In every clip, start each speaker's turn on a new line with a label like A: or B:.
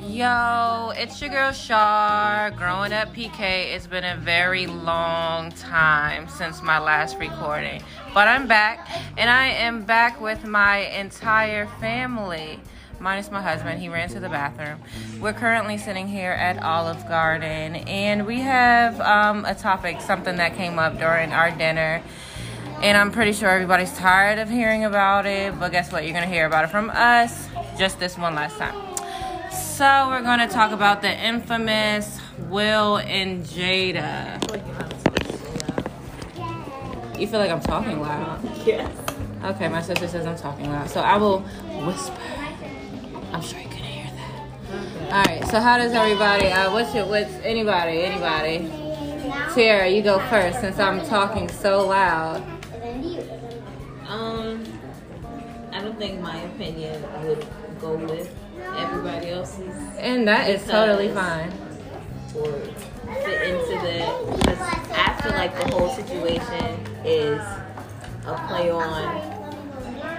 A: Yo, it's your girl Shar. Growing up PK, it's been a very long time since my last recording. But I'm back, and I am back with my entire family, minus my husband. He ran to the bathroom. We're currently sitting here at Olive Garden, and we have um, a topic, something that came up during our dinner. And I'm pretty sure everybody's tired of hearing about it, but guess what? You're gonna hear about it from us just this one last time. So we're gonna talk about the infamous Will and Jada. You feel like I'm talking loud.
B: Yes.
A: Okay, my sister says I'm talking loud, so I will whisper. I'm sure you can hear that. All right. So how does everybody? Uh, what's your? What's anybody? Anybody? Tiara, you go first since I'm talking so loud.
B: Um, I don't think my opinion would go with everybody else's
A: And that is totally fine.
B: or fit into the. Because I feel like the whole situation is a play on.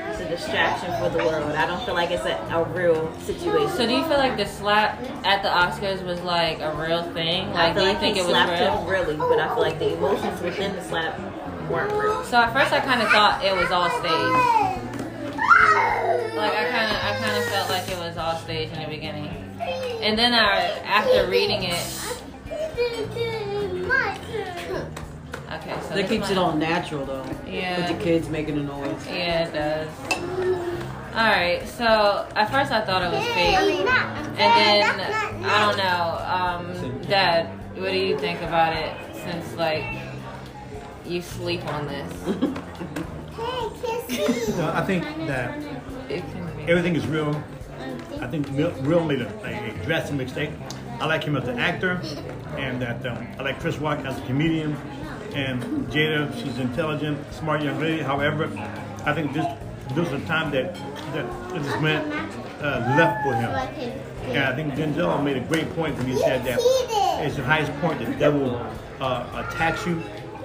B: It's a distraction for the world. I don't feel like it's a, a real situation.
A: So do you feel like the slap at the Oscars was like a real thing?
B: I
A: Like, do
B: feel
A: you
B: like
A: think
B: he
A: it was
B: slapped
A: real?
B: him really, but I feel like the emotions within the slap weren't real.
A: So at first I kind of thought it was all staged. Like I kind of I kind of felt like it was all staged in the beginning. And then I after reading it, okay, so
C: That
A: this
C: keeps
A: one-
C: it all natural though.
A: Yeah.
C: With the kids making a noise.
A: Yeah, it does. All right, so at first I thought it was fake, and
C: uh,
A: then I don't know. Um, Dad, what do you think about it? Since like you sleep on this,
D: No, I think that
A: it can be.
D: everything is real. I think Will Will made a, a, a drastic mistake. I like him as an actor, and that um, I like Chris Rock as a comedian. And Jada, she's intelligent, smart young lady. However, I think this this was a time that that this man uh, left for him. And I think Denzel made a great point when he said that it's the highest point the devil uh, attacks you.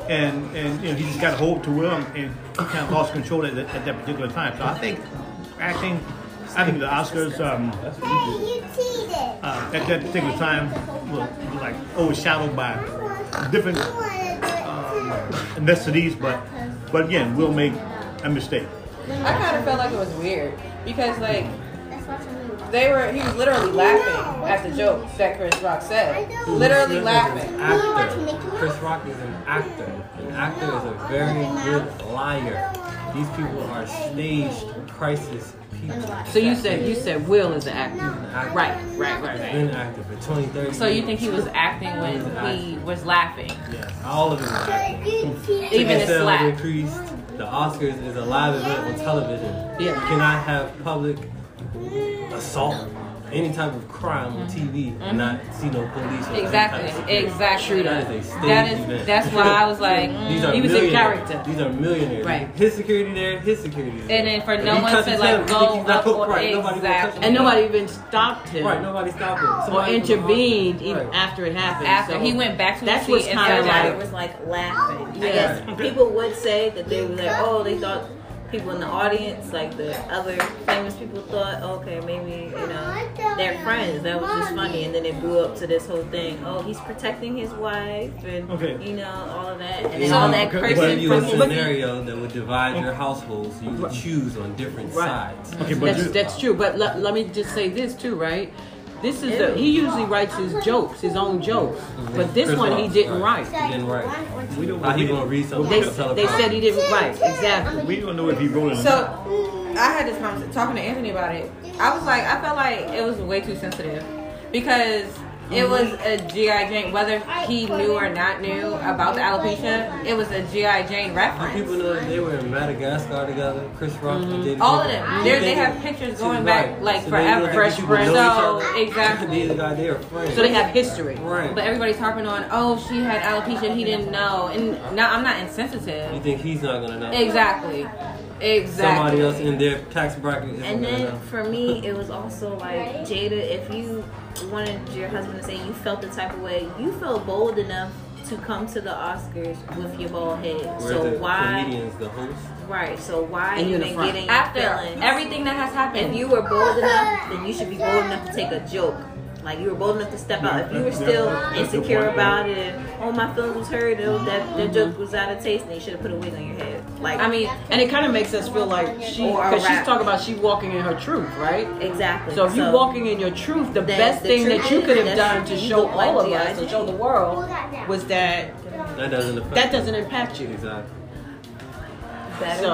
D: And, and you know, he just got a hold to Will and he kind of lost control at, that- at that particular time. So I think acting, I think the Oscars um, uh, at that particular time were like overshadowed by different necessities. But, but again, Will made a mistake.
E: I kind of felt like it was weird because like they were he was literally laughing at the jokes that Chris Rock said. Literally laughing.
F: actor. Chris Rock is an actor. An actor is a very good liar. These people are staged crisis people.
C: So you said you said Will is an actor.
F: Actor.
C: Right, right, right, right.
F: Been an actor for 20, 30
A: So you think he was acting when he was laughing?
F: Yes, all of them are acting.
A: Even the
F: sales
A: slap.
F: increased. The Oscars is a live event on television. You
C: Yeah.
F: cannot have public assault, any type of crime on TV, and not see no police. Or any type of
A: Mm-hmm. Exactly,
F: security.
A: exactly.
F: That is a staged
A: That is
F: event.
A: that's why I was like,
F: These
A: mm.
F: are
C: He was in
F: millionaires.
C: character.
F: These are millionaires.
C: Right.
F: His security there, his security there.
A: And then for
F: If
A: no
F: he
A: one to,
F: touches
A: like,
F: him, you
A: go
F: think he's
A: up
F: not
A: or-
F: hooked, right? Nobody gonna touch
A: exactly.
F: him.
C: And nobody even stopped him
F: Right, nobody stopped him.
C: or
F: Somebody was
C: intervened
F: behind.
C: even
F: Right.
C: after it happened.
A: after
C: so
A: he went back to his
C: that's
A: seat
C: what's
A: and
C: kinda
A: sat
C: like-
A: down.
B: Everybody was like laughing. I
C: Yeah.
B: guess people would say that they were like, oh, they thought people in the audience, like the other famous people, thought, okay, maybe you know they're friends. That was just funny, and then it blew up to this whole thing. Oh, he's protecting his wife, and
D: Okay.
B: you know all of that, and
F: They
B: then all
F: would
B: that
D: okay,
F: give
B: cursing
F: you a
B: from
F: scenario that would divide your household, so you would choose on different
C: Right.
F: sides.
D: Okay, but
C: that's
D: you-
C: that's true. But le- let me just say this too, right? This is the, he usually writes his jokes, his own jokes. But this
F: Mm-hmm. Chris
C: one he
F: Rock,
C: didn't
F: right.
C: write.
F: He didn't write.
D: we don't,
F: How he
D: we,
F: gonna read something?
C: They
F: to tell a
C: they
F: crowd?
C: said he didn't write. Exactly.
D: we don't know if he wrote it or
E: So
D: not.
E: I had this conversation talking to Anthony about it. I was like, I felt like it was way too sensitive because it was a GI Jane, whether he knew or not knew about the alopecia, it was a GI Jane
F: People
E: reference.
F: know that they were in Madagascar together. Chris Rock and Jada
E: All of
F: Pinkett.
E: them.
F: You
E: They're- they
F: think
E: have
F: it-
E: pictures
F: to
E: going back,
F: write.
E: like,
F: So they
E: forever.
F: look at
E: Fresh
F: people
E: friends.
F: know each
E: So,
F: other.
E: exactly.
F: These guys, they are friends.
C: So they have history.
F: Right.
A: But everybody's harping on, oh, she had alopecia, he didn't know, and now I'm not
F: you
A: insensitive.
F: think he's not gonna know?
A: Exactly, exactly.
F: Somebody else in their tax bracket isn't
B: And
F: gonna
B: then
F: know.
B: for me, it was also like Jada. If you wanted your husband to say you felt the type of way, you felt bold enough to come to the Oscars with your bald head.
F: Where's
B: so
F: the
B: why?
F: comedians, the host?
B: Right. So why
C: And you're in
B: even
C: the front.
B: getting your
A: After
B: feelings?
A: everything that has happened,
B: if you were bold enough, then you should be bold enough to take a joke. Like you were bold enough to step out. If you were
D: Yeah,
B: still
D: that's a good
B: insecure
D: point.
B: about it, and oh my feelings was hurt, and that
D: Mm-hmm.
B: that joke was out of taste, and they should have put a wig on your head. Like
C: I mean, and it kind of makes us feel like she,
B: Or a
C: because she's
B: rap.
C: talking about she walking in her truth, right?
B: exactly.
C: So if you're walking in your truth, the
B: That-
C: best
B: the
C: thing
B: truth
C: that you
B: is
C: could have
B: that
C: done to
B: you
C: show
B: look like
C: all of
B: G.I.
C: us, to show the world, was that
F: That doesn't affect.
C: that doesn't impact you.
F: Exactly.
B: Better.
C: So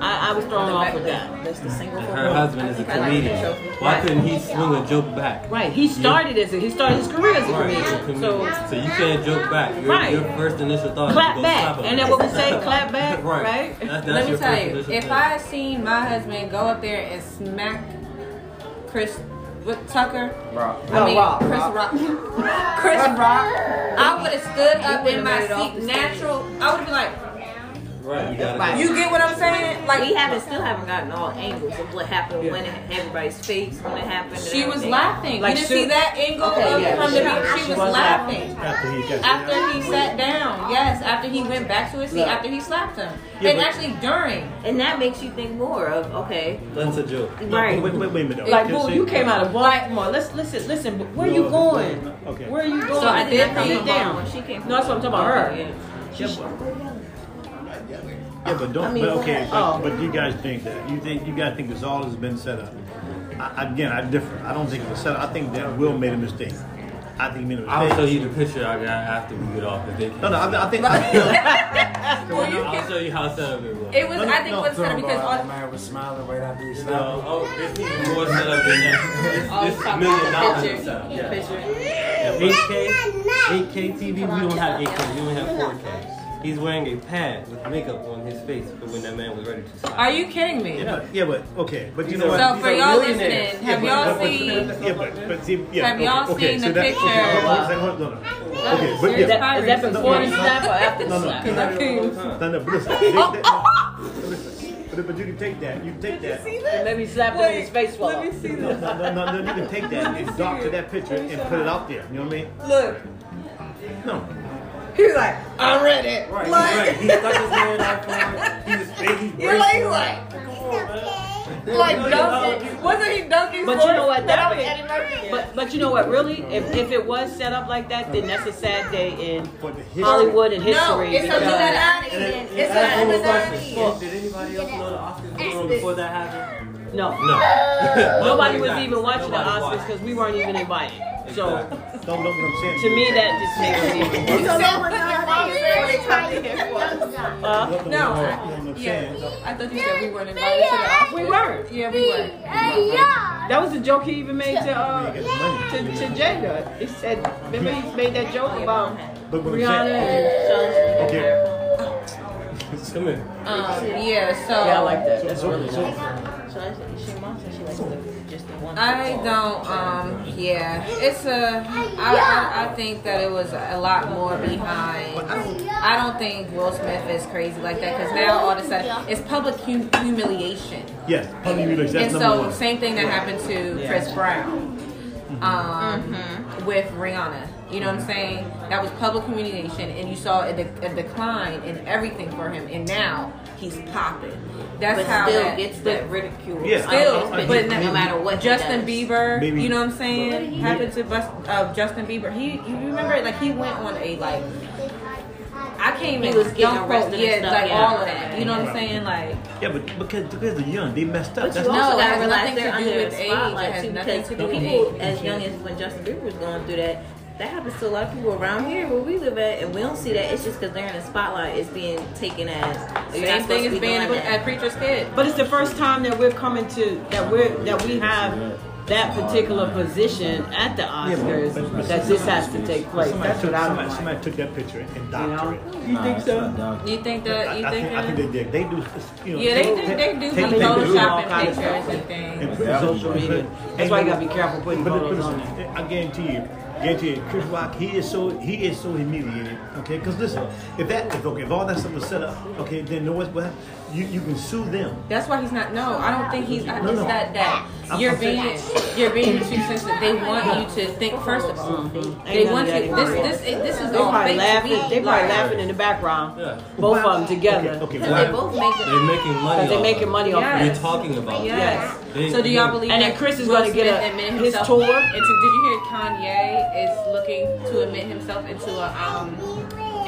C: I, I was thrown off with that.
B: That's the single.
F: And
B: for
F: her
B: one.
F: husband is a comedian. Why couldn't he swing a joke back?
C: Right. He started as a, he started his career as a
F: Right, he's a
C: comedian. So
F: comedian. So you can't joke back. Your,
C: Right.
F: your first initial thought
C: clap
F: is to go
C: back.
F: slap him.
C: And then what we say, clap back,
F: right.
C: right?
F: That's, that's
A: Let me
F: your
A: tell
F: first
A: you,
F: initial
A: if
F: thing.
A: I seen my husband go up there and smack Chris with Tucker,
G: Rock.
A: I mean
C: Rock,
A: Chris
C: Rock.
A: Rock, Chris Rock, I would have stood up in my seat, natural. I would have been like,
F: right, you gotta
A: you get what I'm saying?
B: We
A: Like
B: haven't still haven't gotten all angles of what happened when it, everybody's face when it happened. and
A: she was
B: everything.
A: laughing.
C: Like,
A: you didn't
C: Sue-
A: see that angle
C: Okay,
A: of
C: yeah,
A: him
C: she-
A: to me. She,
C: she
A: was
C: was
A: laughing.
D: After he gets
A: After he sat down, yes. After he went back to his seat,
C: Right.
A: after he slapped him,
D: Yeah,
A: and
D: but-
A: actually during.
B: and that makes you think more of okay,
F: That's a joke.
B: right?
D: Wait, wait, wait a minute.
C: Like,
D: Okay,
C: boo,
D: see?
C: you came out of Baltimore. Let's listen, listen. Where you
D: No,
C: going?
D: okay.
C: Where you going?
A: So I did come
C: sit
A: from
C: down.
B: She came from
C: No, that's what I'm talking about. Her.
B: Yeah.
D: Yeah, but don't.
B: I mean,
D: but okay, but,
C: oh.
D: but you guys think that you think you guys think this all has been set up. I, again, I differ. I don't think it was set up. I think that Will made a mistake. I think he made a
F: I'll show
D: mistake.
F: you the picture I got after we get off. If they
D: No, no, I, I think. I,
A: Well, you
F: I'll
A: can-
F: show you how set up it was.
A: It was.
D: No,
A: I think
D: no,
A: it was kind of because all,
G: the man was smiling right after he
F: no,
G: stopped.
F: oh, it's even more set up than that. It's,
A: Oh,
F: it's million dollars set up. Yeah. Yeah, 8K, 8K TV. We don't have 8K. We only have 4K. He's wearing a pad with makeup on his face for when that man was ready to stop.
A: Are you kidding me?
D: yeah, but, yeah, but okay, but you
F: These
D: know
F: are-
D: what?
A: So
F: These
A: for
F: are
A: y'all
F: millionaires.
A: listening, have
D: but-
A: y'all
D: but- but-
A: seen?
D: Yeah, but, but see, yeah,
A: Have y'all
D: okay, okay,
A: seen
D: so
A: the
D: that,
A: picture
D: Okay, hold on,
A: of-
D: hold on, hold on, hold on.
A: That's
D: Okay, but
A: serious
D: yeah,
C: Is that before the slap or after the
D: no, no,
C: slap?
D: no, no, but listen, they- they- no, listen, but, but you can take that, you can take that.
C: And maybe slapped him in his face for her.
D: No, no, no, no, you can take that and doctor that picture and put it out there. You know what I mean?
A: Look,
D: No.
A: he was like, I'm ready.
F: Right,
A: Like-
F: right. He stuck his hand out for it. He was baby.
A: You're like, like, like dunking. Wasn't he dunking?
C: But
A: for
C: you
A: us?
C: know what? That
A: was
C: was-
A: Eddie Murphy.
C: But but you know what? Really, if, if it was set up like that, then that's a sad day in
D: For the history.
C: Hollywood and history.
A: no, it's a
C: because-
A: Illuminati. It's
F: I have
A: a
F: one more
A: Illuminati.
F: question. Did anybody else know the Oscars was on before that happened?
C: no,
F: No.
C: nobody was even watching the
F: Nobody watched.
C: Oscars because we weren't even invited. So
F: Exactly.
D: Don't know what I'm saying.
C: to me, that just makes me.
A: You don't know what Illuminati is.
C: Uh,
D: Don't know
A: No,
D: what I'm saying.
A: Yeah, I thought you said we weren't invited to the Oscars.
C: we were.
A: Yeah, we were.
C: That was a joke he even made to
D: You
C: uh,
D: get the money.
C: to, to Jada. He said, remember he made that joke about
D: But what I'm saying.
C: Rihanna.
D: Okay.
F: Come here.
A: Um, yeah, so
C: Yeah, I like that. That's
D: So,
C: really
D: so,
B: So I said, she mom said she likes the, just the one.
A: I don't. Um, yeah, it's a. I, I I think that it was a lot more behind. I don't think Will Smith is crazy like that because now all of a sudden it's public hum- humiliation,
D: yes, public relations. That's
A: and
D: number
A: so
D: one. Mm-hmm.
A: same thing that happened to Chris Brown, um,
B: Mm-hmm.
A: with Rihanna. You know what I'm saying? That was public humiliation, and you saw a, de- a decline in everything for him, and now he's popping. That's
B: but
A: how
B: still
A: that,
B: gets
A: that-
B: that ridicule.
D: Yeah,
A: still,
D: I- I- I-
A: but
D: maybe-
A: no matter what, Justin
B: he does.
A: Bieber,
D: Maybe-
A: you know what I'm saying, happened to bust, uh, Justin Bieber. He, you remember, like he went on a like, I can't even
B: He was getting
A: don't quote-
B: arrested and
A: yeah,
B: stuff,
A: like
B: yeah.
A: all of that. You know what I'm saying, like.
D: Yeah, but because because they're young, they messed up.
B: But
D: That's
B: you
A: No,
B: also
A: it
B: gotta
A: has
B: realize
A: nothing
B: they're
A: to do
B: under
A: with
B: the
A: age. It
B: spotlight
A: has
B: too,
A: nothing
B: because
A: to do with
B: people
A: age.
B: as young as when Justin Bieber was going through that, that happens to a lot of people around here where we live at, and we don't see that. It's just because they're in the spotlight, it's being taken as oh, you're not
A: Same thing
B: supposed to
A: as
B: be
A: being
B: doing
A: a, a
B: that.
A: preacher's kid.
C: But it's the first time that we're coming to that we're that we have that particular position at the Oscars that this has to take place.
D: somebody,
C: That's
D: took,
C: what I'm
D: somebody,
C: like.
D: somebody took that picture
C: know?
D: and doctored it.
G: You think so?
A: You think
D: I,
A: that? You
D: I
A: think?
D: think, I
A: that-
D: think they did. They do. You know,
A: yeah, they do. They do be
D: take- take-
C: all
A: photoshopping
C: kinds of
A: pictures and things.
D: and put it on social
C: Social
D: media.
C: media. That's why you gotta be careful putting
D: But,
C: photos
D: but
C: on there.
D: I guarantee you, Guarantee you, Chris Rock, he is so he is so humiliated. Okay, because listen, if that if okay, if all that stuff was set up, okay, then know what? What you you can sue them.
A: That's why he's not. No, I don't think he's. I
D: No,
A: just
D: no.
A: that that
D: I'm-
A: you're
D: I'm
A: being
D: saying-
A: you're being too sensitive. They want you to think first of all. They
C: Ain't
A: want
C: none of
A: you.
C: that
A: This
C: in
A: this it- this is
C: Oh, They
A: all
C: probably
A: fake to
C: laughing.
A: me.
C: They probably
A: Like,
C: laughing in the background.
F: Yeah.
C: Both of them together.
D: Okay, okay.
A: They
D: why-
A: both make it.
F: They're making money.
C: But they're
F: off
C: making
F: of
C: money
F: it.
C: off of
A: Yeah.
C: it.
F: We're talking about. it.
A: Yes.
F: They-
A: So do y'all believe?
C: And then
A: that
C: Chris is
A: Will
C: gonna get
A: Smith
C: a-
A: admitted
C: his
A: himself
C: tour?
A: Into, did you hear Kanye is looking to admit himself into a um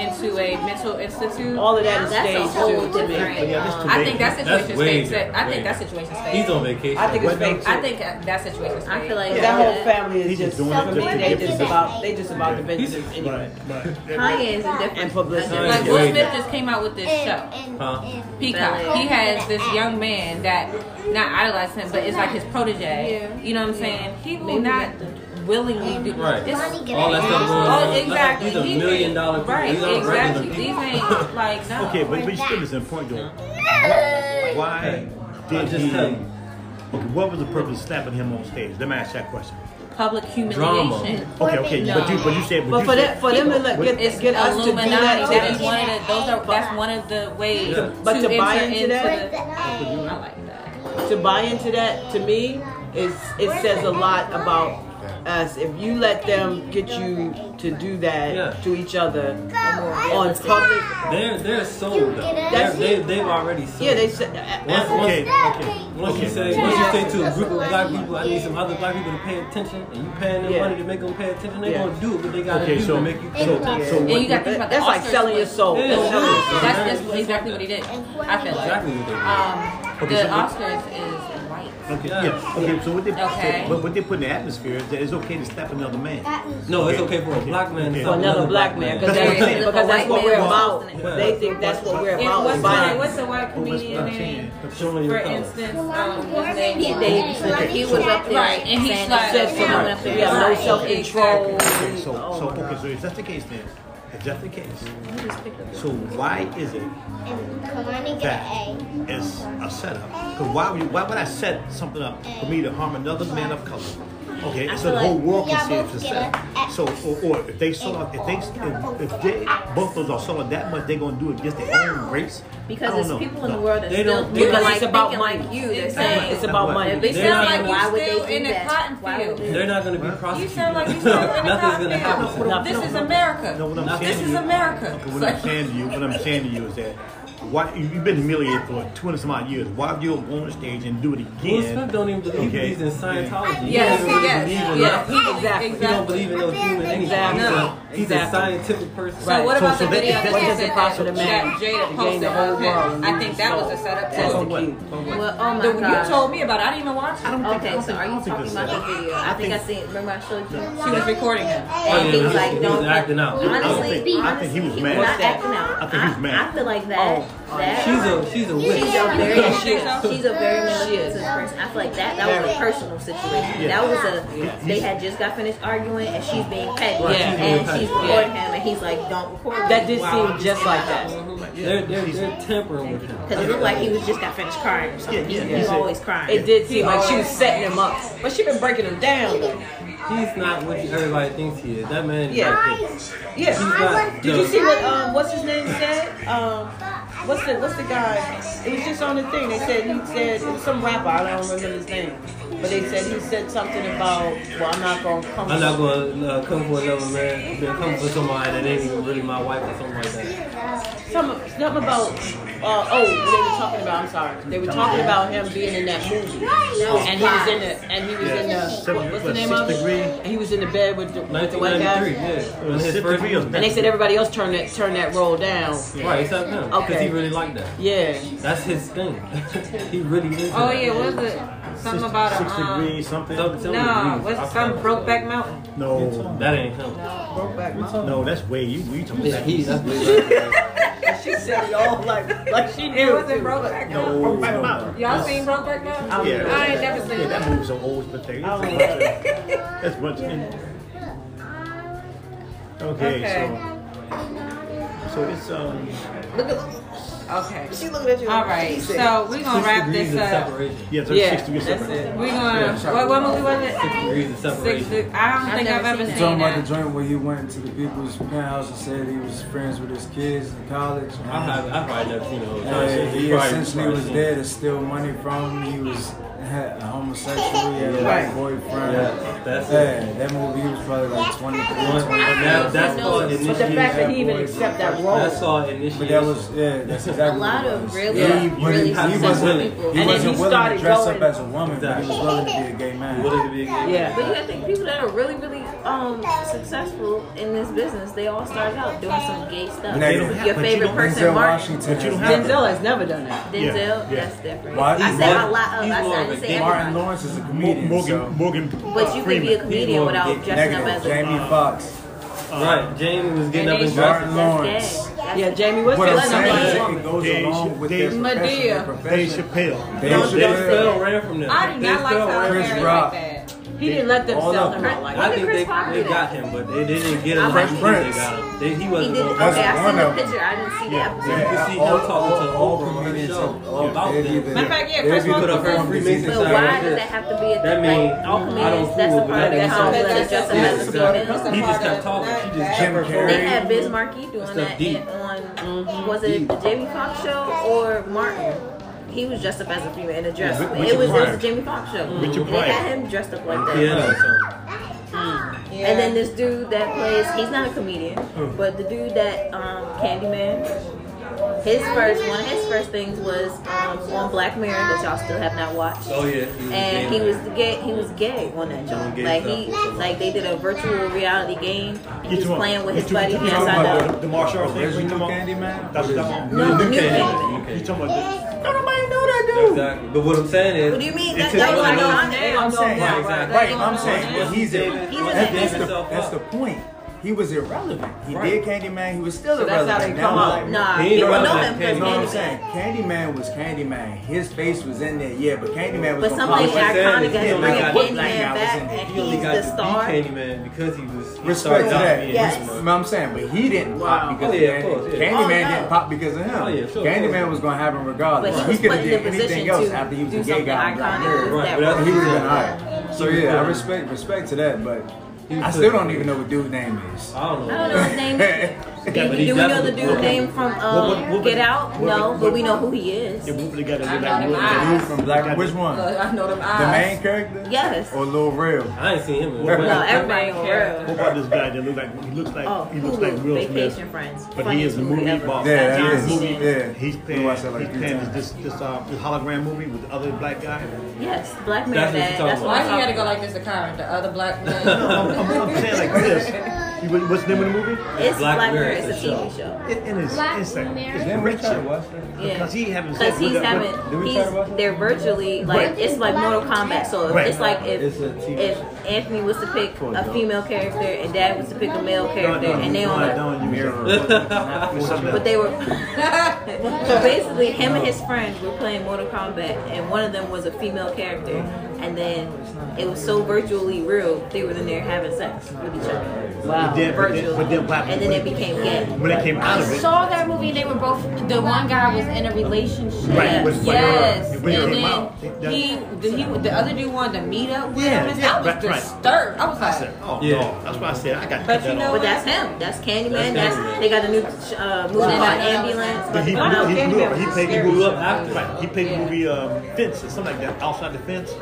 A: into a mental institute?
C: All of that is
A: that's a
C: staged
A: whole
C: too, to me.
A: different.
D: Yeah, that's too
A: I
D: big.
A: think that
F: That's
A: situation's
F: way
A: fake.
F: different,
A: I
F: way
A: think that situation's fake.
F: He's on vacation.
C: I think it's
D: What
C: fake.
A: I
C: too.
A: think uh, that situation's fake. I feel like
C: that whole family is
D: He's
C: just
D: just doing it
C: to me.
D: just to
C: They
D: get
C: just
D: the-
C: about they just about the business anyway.
D: But, but,
A: Kanye is a
C: And
A: different.
C: publicity.
A: Like
F: Kanye.
A: Will Smith just came out with this show.
F: Huh?
A: Peacock. He has this young man that not idolizes him, but it's like his protege. You know what I'm saying? He will not willingly do
F: Right.
A: It's,
F: All that stuff going on.
A: oh, exactly.
F: These are
A: He
F: million
A: did-
F: dollar people.
A: Right.
F: These aren't regular
A: Exactly. These
F: people.
A: ain't like no.
D: okay, but, but you still is important though. Why
F: I
D: did
F: just
D: he?
F: tell you.
D: Okay, what was the purpose of slapping him on stage? Let me ask that question.
A: Public humiliation.
F: Drama.
D: Okay, okay, but you but you said
C: But
D: you
C: for
D: said-
C: that for them to let,
D: but-
C: get, get us to do
A: Illuminati.
C: that to
A: That is
C: each-
A: one of the, those are, that's one of the ways
F: Yeah.
C: But
A: to,
C: to buy
A: enter
C: into
A: into
C: that-
A: the- I like that.
C: to buy into that to me is it says a lot about us if you let them get you to do that
F: Yeah.
C: to each other on public
F: They're they're sold. though. They're,
C: That's-
F: they they've already sold.
C: yeah they said uh,
F: Once, once,
D: Okay, okay.
F: once you say once you say to a group of black people, I need some other black people to pay attention, and you paying them
C: Yeah.
F: money to make them pay attention, they
C: Yeah.
F: gonna do what they gotta
D: Okay,
F: do
D: so-
F: to make you pay
D: so-
F: attention.
D: so
A: And you got to think about
C: that's
A: the
C: like
A: Oscars
C: selling your
A: was-
C: soul
F: Yeah.
C: That's selling your soul.
A: That's, that's exactly what he did. I feel like.
F: Exactly what they do.
A: Um,
D: Okay,
A: the
D: so what-
A: Oscars is white.
D: Okay, yeah. Okay, so what they
A: Okay.
D: so, what- what they put in the atmosphere is that it's okay to slap another man.
F: no, it's okay for a black man to
D: Okay.
F: fuck
C: another black man because
D: That's what I'm saying.
C: because that's what we're
A: Yeah.
C: about they think that's what we're
A: Yeah,
C: about
A: what's,
C: is
A: the,
C: violence.
A: what's the white
D: Oh,
A: comedian name?
F: Showing
A: For
F: your colors.
A: instance, um, his name
H: He
A: he
H: dated- he was up there
A: right, and he's
H: saying
A: like,
C: Says so much. We have no
A: Right,
C: self control.
D: Okay, so
H: Oh,
D: so okay, so if that's the case then, if that's the case, so why is it that is a setup? Because why would you, why would I set something up for me to harm another man of color? Okay, so the whole world can see it's a setup. So or, or if they sold out, if they if, if they both of those are sold out that much, they're gonna do it against their own race. I
H: Because
D: don't
H: it's
D: know.
H: people in the
D: No.
H: world that
F: They
H: still
F: don't-
H: do
C: because
H: like
C: it's about
H: thinking
C: money
H: like you. They're
A: Exactly.
H: saying
C: it's about
D: If
A: They
C: money
F: They're
A: sound
F: not
A: like
F: gonna-
A: you
H: Why would
A: still
H: they do
A: in the
H: that?
A: cotton
H: Why would
A: field.
H: they
F: They're not gonna be prosecuted.
A: You sound like you still in the
F: Nothing's
A: cotton
F: gonna happen.
A: field. This is
D: No, what
A: America.
D: I'm
A: This
D: saying to
A: is
D: you-
A: America.
D: Okay, what I'm saying to you, what I'm saying to you is that why you- you've been humiliated for 200 some odd years. Why would you go on the stage and do it
F: Will
D: again?
F: Smith don't even believe
D: Okay.
F: he's in Scientology. He
A: Yes,
F: don't even
A: yes,
F: believe in
A: yes,
F: that.
A: exactly.
F: He don't believe in those human anything.
C: Exactly.
F: He's a- He's a
C: Exactly.
F: scientific person.
A: So what
D: So-
A: about
D: so
A: the
D: that-
A: video
D: that
A: that
C: doesn't
A: said
C: prosper the man.
A: that Jada
C: It gained
A: posted
C: the whole
A: of him?
C: world.
A: I think that was a setup
C: That's
A: too.
C: the key.
H: Well, oh my
A: The-
H: god.
A: You told me about it. I didn't even watch it.
H: Okay, so are you
D: think
H: talking
D: it's
H: about
D: that.
H: the video? I think I seen. Remember I showed you.
A: She was recording him.
H: And
F: yeah,
H: he's
F: he-
H: like,
F: he
H: no,
F: was acting out. I
H: Honestly,
F: don't
D: think- I think he was
H: honestly,
D: mad.
H: Not acting out.
D: I think he was mad.
H: I feel like that. that
F: She's a she's a witch.
H: She's a very
A: Yeah, she is.
H: she's a very manipulative person. I feel like that that was a personal situation.
D: Yeah.
H: That was a they had just got finished arguing and she's being petty
F: Right, she's being
H: and
F: petty.
H: she's recording him and he's like, don't record me.
C: that did seem just like that
F: They're they're they're tampering with him.
H: because it looked like he was just got finished crying or something.
D: Yeah, yeah,
H: He's,
D: he
H: he's
D: said-
H: always crying.
C: it did seem like she was setting him up but she been breaking him down though.
F: He's not what everybody thinks he is. That man is
C: Yeah.
F: not this. He's
C: yeah
F: not.
C: Did you
F: the-
C: see what um what's his name said? Um what's the what's the guy? It was just on the thing. They said he said it was some rapper, I don't remember his name. But they said he said something about well I'm not gonna come
F: I'm not gonna uh, come for another man. Then come for somebody that ain't even really my wife or something like that.
C: some something about uh oh they were talking about I'm sorry. They were talking about him being in that movie. And he was in the and he was in the what, what's the name of it? And he was in the bed with the, with the white guy.
F: 1993, yeah. When his
D: Sip the
F: first
D: real
F: movie.
D: thing.
C: And they said everybody else turned that turned that role down.
F: Right, except him. Because
C: Okay.
F: he really liked that.
C: Yeah.
F: That's his thing. he really is.
A: Oh yeah, what was it? Something about
D: six
A: a um,
D: degrees something.
A: no, what's it? some Brokeback Mountain?
D: No,
F: That ain't him.
D: no, that's way you you talking
F: Yeah,
D: about.
F: he, that's what
C: She said it all like like she
A: It
C: knew.
A: wasn't Brokeback Mountain.
D: No, no.
A: Y'all seen Brokeback Mountain?
D: Yeah,
A: I ain't never seen
D: yeah,
A: it.
D: that movie's so old, but they- that's a bunch of- that's a bunch of. Okay,
A: Okay.
D: so so it's um.
A: Look at Okay.
H: She looking at you.
A: All right.
H: She said,
A: So we're gonna wrap
F: degrees
A: this
F: of
A: up.
F: separation.
D: Yeah, so
C: Yeah,
D: six degrees
C: that's
D: separate.
A: We're gonna. What, what movie was it?
F: Six degrees of
A: Six.
F: separation.
A: Deg- I don't
H: I've
A: think I've
H: never
A: ever
H: seen
A: seen
G: Talking about the
A: that.
G: joint where he went to the people's penthouse and said he was friends with his kids in college.
F: I have, I've probably never seen a whole
G: And
F: concert.
G: he
F: Probably-
G: essentially
F: probably
G: was
F: seen
G: there
F: it.
G: to steal money from him. He was had a homosexual, he had a
C: Right.
G: boyfriend.
F: Yeah, that's it.
G: Yeah, that movie he was probably like 23,
F: One-
G: 24.
F: that- that's all
C: But the fact
F: initiated.
C: that he even accept that
F: That's
C: role.
F: all initiated.
G: But that was yeah, that's
H: A
G: exactly.
H: lot
G: what it was.
H: of really,
G: Yeah, he,
H: really
G: he wasn't,
H: successful
F: willing.
H: people.
G: he
C: And then
G: wasn't
C: he
G: willing
C: started
G: to dress
C: going-
G: up as a woman, but he
F: Exactly.
G: was willing to be a gay man.
F: Willing to be a gay-
C: Yeah.
B: But you gotta think people that are really, really um successful in this business, they all started out doing some gay stuff.
G: Now,
D: don't have-
B: Your
D: but you
B: favorite
D: don't-
B: person,
G: Denzel
B: Martin
G: Washington.
D: But you don't
G: has-
D: have-
C: Denzel has never done that.
B: Denzel.
D: Yeah, yeah.
B: That's different.
G: Why-
B: I said
F: He's
B: a lot of.
F: more-
B: I
F: he's more
B: said I
F: of a
B: didn't say
F: gay-
G: Martin
B: everybody.
G: Lawrence is a
D: Mo-
G: comedian. so
D: Morgan, Morgan.
B: But you can be a
D: Freeman.
B: comedian without dressing up
G: negative.
B: as a.
G: Jamie Foxx.
F: Right, Jamie was getting
A: And
F: up and
A: they-
F: dressing.
B: That's
G: Martin Lawrence.
B: gay. That's
C: Yeah, Jamie was
G: What I'm
C: killing
G: saying
C: him.
G: is
D: Lawrence.
G: it goes
D: Dave-
G: along with their
D: Dave-
G: profession.
A: Madea.
G: Their
D: Dave
G: profession.
D: Chappelle.
G: Dave
F: No, they
G: Chappelle.
F: fell, ran from them.
A: I do
F: They
A: not like
F: fell,
A: Tyler
F: ran
A: Perry
G: Chris
F: from them.
A: like
G: Rock. Oh,
A: that. He didn't let them
G: All
A: sell
G: of
A: him
G: them.
A: out like
F: I
A: that.
F: think they, they got him, but they, they didn't get him.
G: Fresh
F: like they
G: Prince.
F: got him. They, he
B: He
F: wasn't.
B: did it.
F: gonna-
G: That's
B: Okay, I
G: one
B: seen the
G: of them.
B: picture. I didn't see the
D: Yeah.
B: episode.
F: You can see him
G: all-
F: talking to
G: all- all
F: Oprah on her
G: comedians
F: show
G: are all
F: about
G: dead
F: them.
G: either.
A: Matter of fact, yeah,
G: They'll
A: Chris
G: be
A: Rock
F: Put
G: put
F: up
G: up
F: her
G: on
F: Freemason
G: disease.
B: But
F: sign
B: why does
F: right
B: that
F: there.
B: have to be a
F: That
B: thing?
F: mean,
B: Like, all
F: I don't
B: comedians,
F: fool
B: that's the
F: with
B: part of
F: that.
B: the complex
A: That's
B: that just
A: a-
B: another
A: that's a-
B: woman.
F: He just kept talking. She just
G: Jim
F: kept her
G: Carrey.
B: They
F: phone.
B: had Biz Markie doing
F: That's the
B: that
F: deep.
B: in- on, was it the Jamie Foxx show or Martin? He was dressed up as a female in a dress.
D: Ri-
B: it
D: Richard
B: was
D: Pryor.
B: just Jamie Foxx show.
D: Richard
B: They had
D: Pryor.
B: him dressed up like that.
F: Mm-hmm. Yeah, so.
B: And then this dude that plays, he's not a comedian, but the dude that um, Candyman, his first one of his first things was um, on Black Mirror that y'all still have not watched.
F: Oh yeah,
B: and he was gay. He was gay on that job.
F: gay
B: Like
F: stuff.
B: he, like they did a virtual reality game. and He
D: You
B: was
D: talking-
B: playing with
D: you
B: his
D: talking-
B: buddy.
D: you
B: Yes,
D: talking
B: I
D: about
B: know.
D: The the martial arts thing. we
G: Original
D: come on.
G: Candyman?
D: That's what I'm on.
B: No,
F: New
B: new
F: Candyman.
B: Candyman.
F: Okay.
D: You talking about
F: Exactly. But what I'm saying
B: What do
F: is,
B: you mean? That,
D: It's
B: that
D: just-
B: was like on
C: Now,
G: I'm
B: there.
G: saying,
C: now,
G: right,
F: exactly.
G: right, I'm saying,
F: He's
G: well, he's
F: David-
G: irrelevant.
B: He's
G: That-
B: David
G: that's, the,
F: himself
G: that's
F: up.
G: the point. He was irrelevant. He
F: Right.
G: did Candyman. He was still
C: So that's
G: irrelevant.
C: how they
G: Now,
C: come up.
G: like,
B: Nah,
F: He ain't
B: people
F: around
B: know him
F: that Candyman.
G: You know what I'm
B: because
G: saying? Candyman was Candyman. His face was in there, yeah, but Candyman
B: But
G: was gonna
B: something
G: pop up.
B: iconic
F: He
B: as
F: only
B: bringing Candyman
F: got-
G: Like, I was
B: back,
G: in
B: and
G: there.
F: he only
B: he's
F: got
B: the
F: to be
B: star.
F: Candyman because he was. He
G: Respect
F: started
G: to
F: out
G: that.
F: being
B: Yes.
G: You
F: this
G: know
F: much.
G: what I'm saying, but he didn't
B: Wow.
G: pop because
F: Oh, yeah,
G: of
F: of course,
G: Candyman.
F: yeah.
G: Candyman
B: Oh, no.
G: didn't pop because of him.
F: Oh, yeah, sure,
G: Candyman
F: sure.
G: was gonna happen regardless.
B: But he was
G: could
B: put
G: have
B: in the
G: did anything
B: position
G: else
B: to
G: after he was
B: do
G: a gay
B: something
G: guy. and got married.
B: iconic.
F: Right,
B: That
F: but that's
B: role.
G: He would have been alright. So yeah, I respect respect to that, but I still don't even know what dude's name is.
F: I don't know.
B: I don't know his name.
D: Yeah,
B: Do,
F: but he
B: do we know the
F: definitely-
B: dude name from um,
D: What- what- what-
B: Get Out?
D: what-
B: no,
D: what-
B: but we know who he is.
D: Yeah, we really got to
A: I
D: do
A: got him
D: that.
A: eyes.
G: Dude from Black Which one? The
A: I know them eyes.
G: main character?
B: Uh, Yes.
G: Or Lil Real?
F: I ain't seen him. in-
G: No,
B: No,
F: What-
B: everybody knows.
D: What about this guy that look like he looks like
B: Oh,
D: he looks
B: Hulu,
D: like Will
B: Vacation
D: Smith,
B: Friends.
D: but he
B: Funniest
D: is a
B: movie
D: movie
B: ever.
D: buff.
G: Yeah,
D: John
G: that is.
D: Mulaney.
G: Yeah.
D: he's
G: We
D: playing.
G: watched that like
D: he's
G: three
D: playing
G: times.
D: this this uh, this hologram movie with the other black guy.
B: Yes, Black Mirror. That,
F: That's what you're
B: that's
F: talking
B: what
A: Why
B: I'm
A: he gotta
B: talking
A: go
B: about.
A: like this to Kyron, the other black
D: I'm,
A: man?
D: I'm, I'm saying like this. You, what- what's the name of the movie?
B: It's
F: Black
B: Black,
F: Mirror
B: Mirror.
F: is
B: It's a
F: a
B: TV show.
D: It, it is. It's like it's
G: Didn't we try to
D: friendship.
G: watch that?
B: Yeah.
D: Because he having
B: Because he's
D: with the-
B: having,
G: did we try to watch
B: he's
G: it?
B: they're virtually like
D: Right.
B: it's like Mortal Kombat. So
D: Right.
B: it's like if
G: It's a TV
B: if Anthony was to pick a female character and Dad was to pick a male
D: No,
B: character,
D: no,
B: and they
D: no,
B: on
D: no, you
G: Mirror.
D: It's something
B: But
D: else.
B: they were so basically him and his friends were playing Mortal Kombat, and one of them was a female character, and then it was so virtually real they were in there having sex with each other.
D: But then- but then-
B: Virtual.
D: but then black
B: And then it became gay.
D: when it came out of
I: I
D: it.
I: saw that movie. They were both. The one guy was in a relationship.
D: Right, with- with her.
A: Yes,
D: It
A: and
D: really came
A: then
D: out.
A: he, the, he, the other dude wanted to meet up with
D: Yeah,
A: him. and
D: yeah,
A: I was
D: right, right.
A: disturbed. I was
D: I
A: like,
D: said, oh
F: Yeah.
D: no, that's why I said I got
A: But
D: to cut that
A: you know
D: off.
B: But that's him. That's Candyman.
F: That's
B: That's,
F: Candyman.
B: they got a new uh, movie about ambulance.
D: But he,
B: about to come
D: he,
B: out.
D: he blew up. He played the
A: Scary.
D: movie
F: Blew up after.
D: Right. He played the movie um, Fence or something like that. Outside the fence,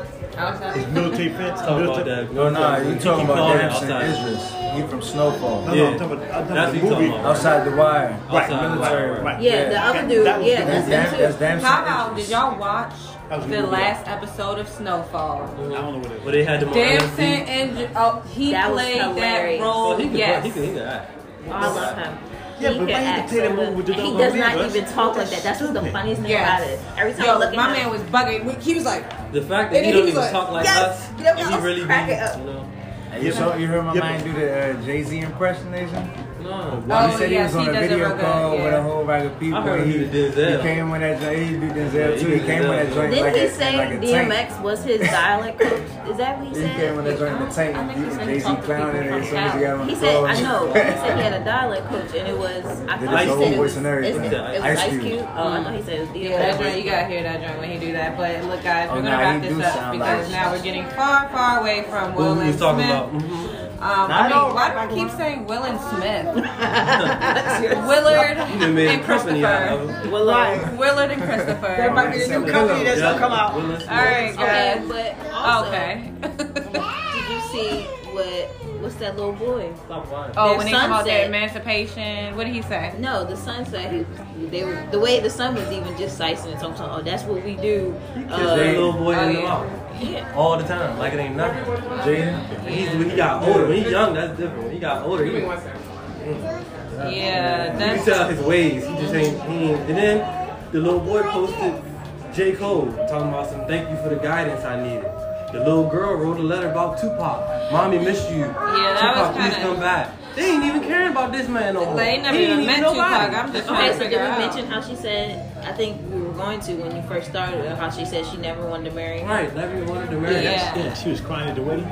D: his military fence.
F: Talk about
D: military-
F: that.
G: No, nah, you
F: He
G: talking
F: keep
G: about
F: calling it
G: Damson
F: outside.
G: Idris. He from Snowfall.
D: No, no, I'm talking about, I'm talking about
F: That's
D: the
F: what
D: movie.
F: he's talking about.
G: Outside the wire.
D: Right,
F: Outside the
D: military,
F: wire.
D: right.
B: Yeah, the
G: Yeah.
B: other dude.
D: That was
B: yeah,
D: the-
B: that's
G: That's,
B: him
G: Dam-
B: too.
G: that's Damson
A: how about did
G: Idris.
A: y'all watch
D: That was a
A: the
D: good
A: last episode of Snowfall?
D: I don't know what it
F: But
D: was.
F: they had the
A: Damson and oh, he
B: That was
A: played that
B: hilarious.
A: role.
F: Well, Oh, he could,
A: yes,
F: he could, he could act.
B: Oh, I love him.
D: Yeah,
B: he
D: but
B: can
D: why you
B: act
D: play that
B: so
D: movie
B: good.
D: with the
B: And he
D: dog
B: does
D: on
B: not
D: Leavers?
B: even talk like that. That's what's the funniest thing about
A: Yes.
B: it. Every time I
A: Yo,
B: look at
A: my
B: him,
A: man was bugging. He was like,
F: The fact that he
A: And
F: don't
A: he
F: even
A: was
F: talk like
A: like,
F: us,
A: yes,
F: and he
A: yes,
F: really be, you
B: crack it up.
F: know.
G: Hey, You, saw, you heard my
D: Yep.
G: man do the uh, Jay Z impersonation?
F: No.
A: Oh,
G: he said
A: yes,
G: he
A: he
G: was on a
A: does it
G: video
A: real good,
G: call with
A: yeah.
G: a whole bag of people.
F: I heard
G: and
F: he did Denzel.
G: He came with that joint. He did Denzel
F: he
G: too.
F: did
G: He came with
F: Denzel.
G: that joint.
B: Didn't
G: like
B: he
G: a,
B: say
G: like a tank.
B: DMX was his dialect coach? Is that what he
G: He came
B: said?
G: with that joint in the tank.
J: I think he said he
G: Jay Z
J: talked to
G: clown
J: people
G: in
J: from
G: it as soon as he got on the
B: He said,
G: floor.
B: I know. He said he had a dialect coach, and it was I
G: Did
B: thought
G: his
B: he said
G: own
B: it
G: voice
B: was,
G: and
B: it
G: everything.
B: was
G: Ice
B: Ice
G: Cube.
B: Cube. Oh, I thought he said it was
A: Yeah, that joint,
B: DMX.
A: you gotta hear that joint when he do that. But look, guys,
G: Oh,
A: we're
G: nah,
A: gonna
G: he
A: wrap
G: do
A: this up
G: sound
A: because
G: like-
A: now we're getting far, far away from Will
F: What
A: and
F: we was
A: Smith.
F: talking about.
A: Um,
F: Mhm.
A: I
F: I know.
A: mean, why do I keep saying Will and Smith? Willard
F: You Mm-hmm. done made
A: and
F: company out
A: Christopher.
F: of him.
K: Well, like,
A: Willard and Christopher.
G: might be a new company that's
F: Yeah. Well, let's-
A: All right,
B: Okay,
A: guys.
B: but also,
A: Okay.
B: did you see what? What's that little boy?
F: Stop lying.
A: Oh,
B: Their
A: when they
B: son
A: talk about the
B: said-
A: emancipation, what did he say?
B: No, the sun said he, they were the way the sun was even just slicing it. So I'm talking, oh, that's what we do.
F: Kiss that
B: Uh,
F: little boy
A: oh,
F: in the
A: yeah.
F: mouth
B: yeah.
F: all the time, like it ain't nothing.
G: Jaden.
F: When he's, when he got older, when he's young, that's different. When he got older, he, you
A: Yeah,
F: can
A: that's
F: tell his ways. He just ain't. He ain't. And then the little boy posted J Cole talking about some thank you for the guidance I needed. The little girl wrote a letter about Tupac. Mommy missed you.
A: Yeah, that
F: Tupac,
A: was
F: please
A: kinda-
F: come back. They ain't even caring about this man no more.
A: like they never
F: He ain't
A: even met
F: nobody.
A: Tupac. I'm just trying
B: Okay,
A: to
B: so did we
A: figure out.
B: mention how she said? I think we were going to when you first started. How she said she never wanted to marry. him.
F: Right, never even wanted to marry.
A: Yeah.
F: That's-
D: Yeah, she was crying at the wedding.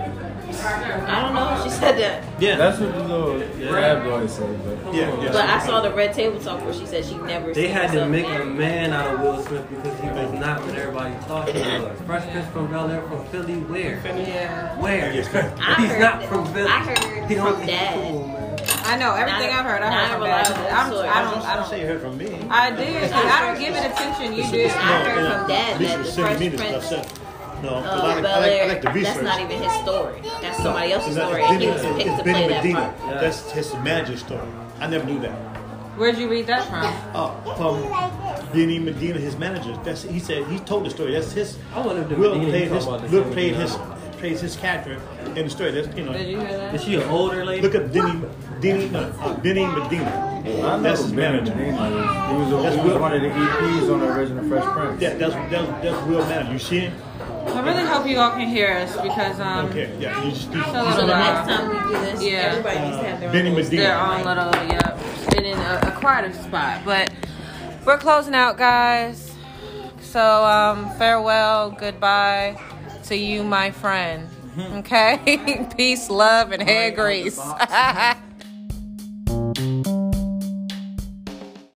B: I don't know. She said that,
F: Yeah.
G: That's what the little rap boy said. But
D: Yeah, yeah.
B: but I saw the red table talk where she said she never.
F: They
B: seen
F: had to
B: herself
F: make a
B: married.
F: man out of Will Smith because he was not what everybody thought he was. Fresh Prince from Bel Air from Philly, where?
A: Yeah,
F: Where? He's
B: I heard
F: not
B: that-
F: from Philly.
B: I heard
F: He don't
B: from
F: think
B: Dad.
F: he's cool, man.
A: I know everything
B: Not-
A: I've heard. I
B: not
A: heard from
B: a
A: Bad.
B: reliable
A: I'm,
B: source.
A: I don't. I
D: I
A: don't.
D: say you heard from me.
A: I do. I don't give it attention. You do.
B: I heard from Dad
D: Lisa
B: that
D: was
B: the
D: sending
B: Fresh
D: me this
B: Prince
D: stuff. No, 'cause I
B: Uh,
D: like,
B: Bel
D: I like, I
B: Air.
D: like the research.
B: that's not even his story. That's somebody else's
D: It's not-
B: story, and he
D: it's
B: was
D: Benny-
B: picked
D: it's
B: to
D: Benny
B: play that
D: Medina.
B: part.
F: Yeah.
D: That's his manager's story. I never knew that.
A: Where'd you read that from?
D: Uh, from Benny Medina, his manager. That's he said. He told the story. That's his.
F: I wonder if the
D: Will
F: Medina
D: played
F: talk
D: his.
F: about this
D: Will
F: in
D: played his.
F: Medina.
D: Plays his character in the story. That's you know.
A: Did you hear that?
F: Is she an older lady?
D: Look at Denny, Denny, no, uh, Benny Medina.
G: I know
D: That's his
G: Benny
D: manager.
G: Medina. He was, a, he was one of the EPs on the original Fresh Prince.
D: That, that's that's that's real manager. You see him?
A: I really hope you all can hear us because um,
D: Okay. Yeah. You just, you,
A: Hello.
B: So the
A: Wow.
B: next time we do this,
A: Yeah.
B: everybody needs to have
D: uh,
B: their
D: Benny
B: own.
A: their
D: Medina.
A: own little yeah, sitting in a, a quieter spot. But we're closing out, guys. So um, farewell, goodbye to you, my friend. Okay, peace, love, and hair grease.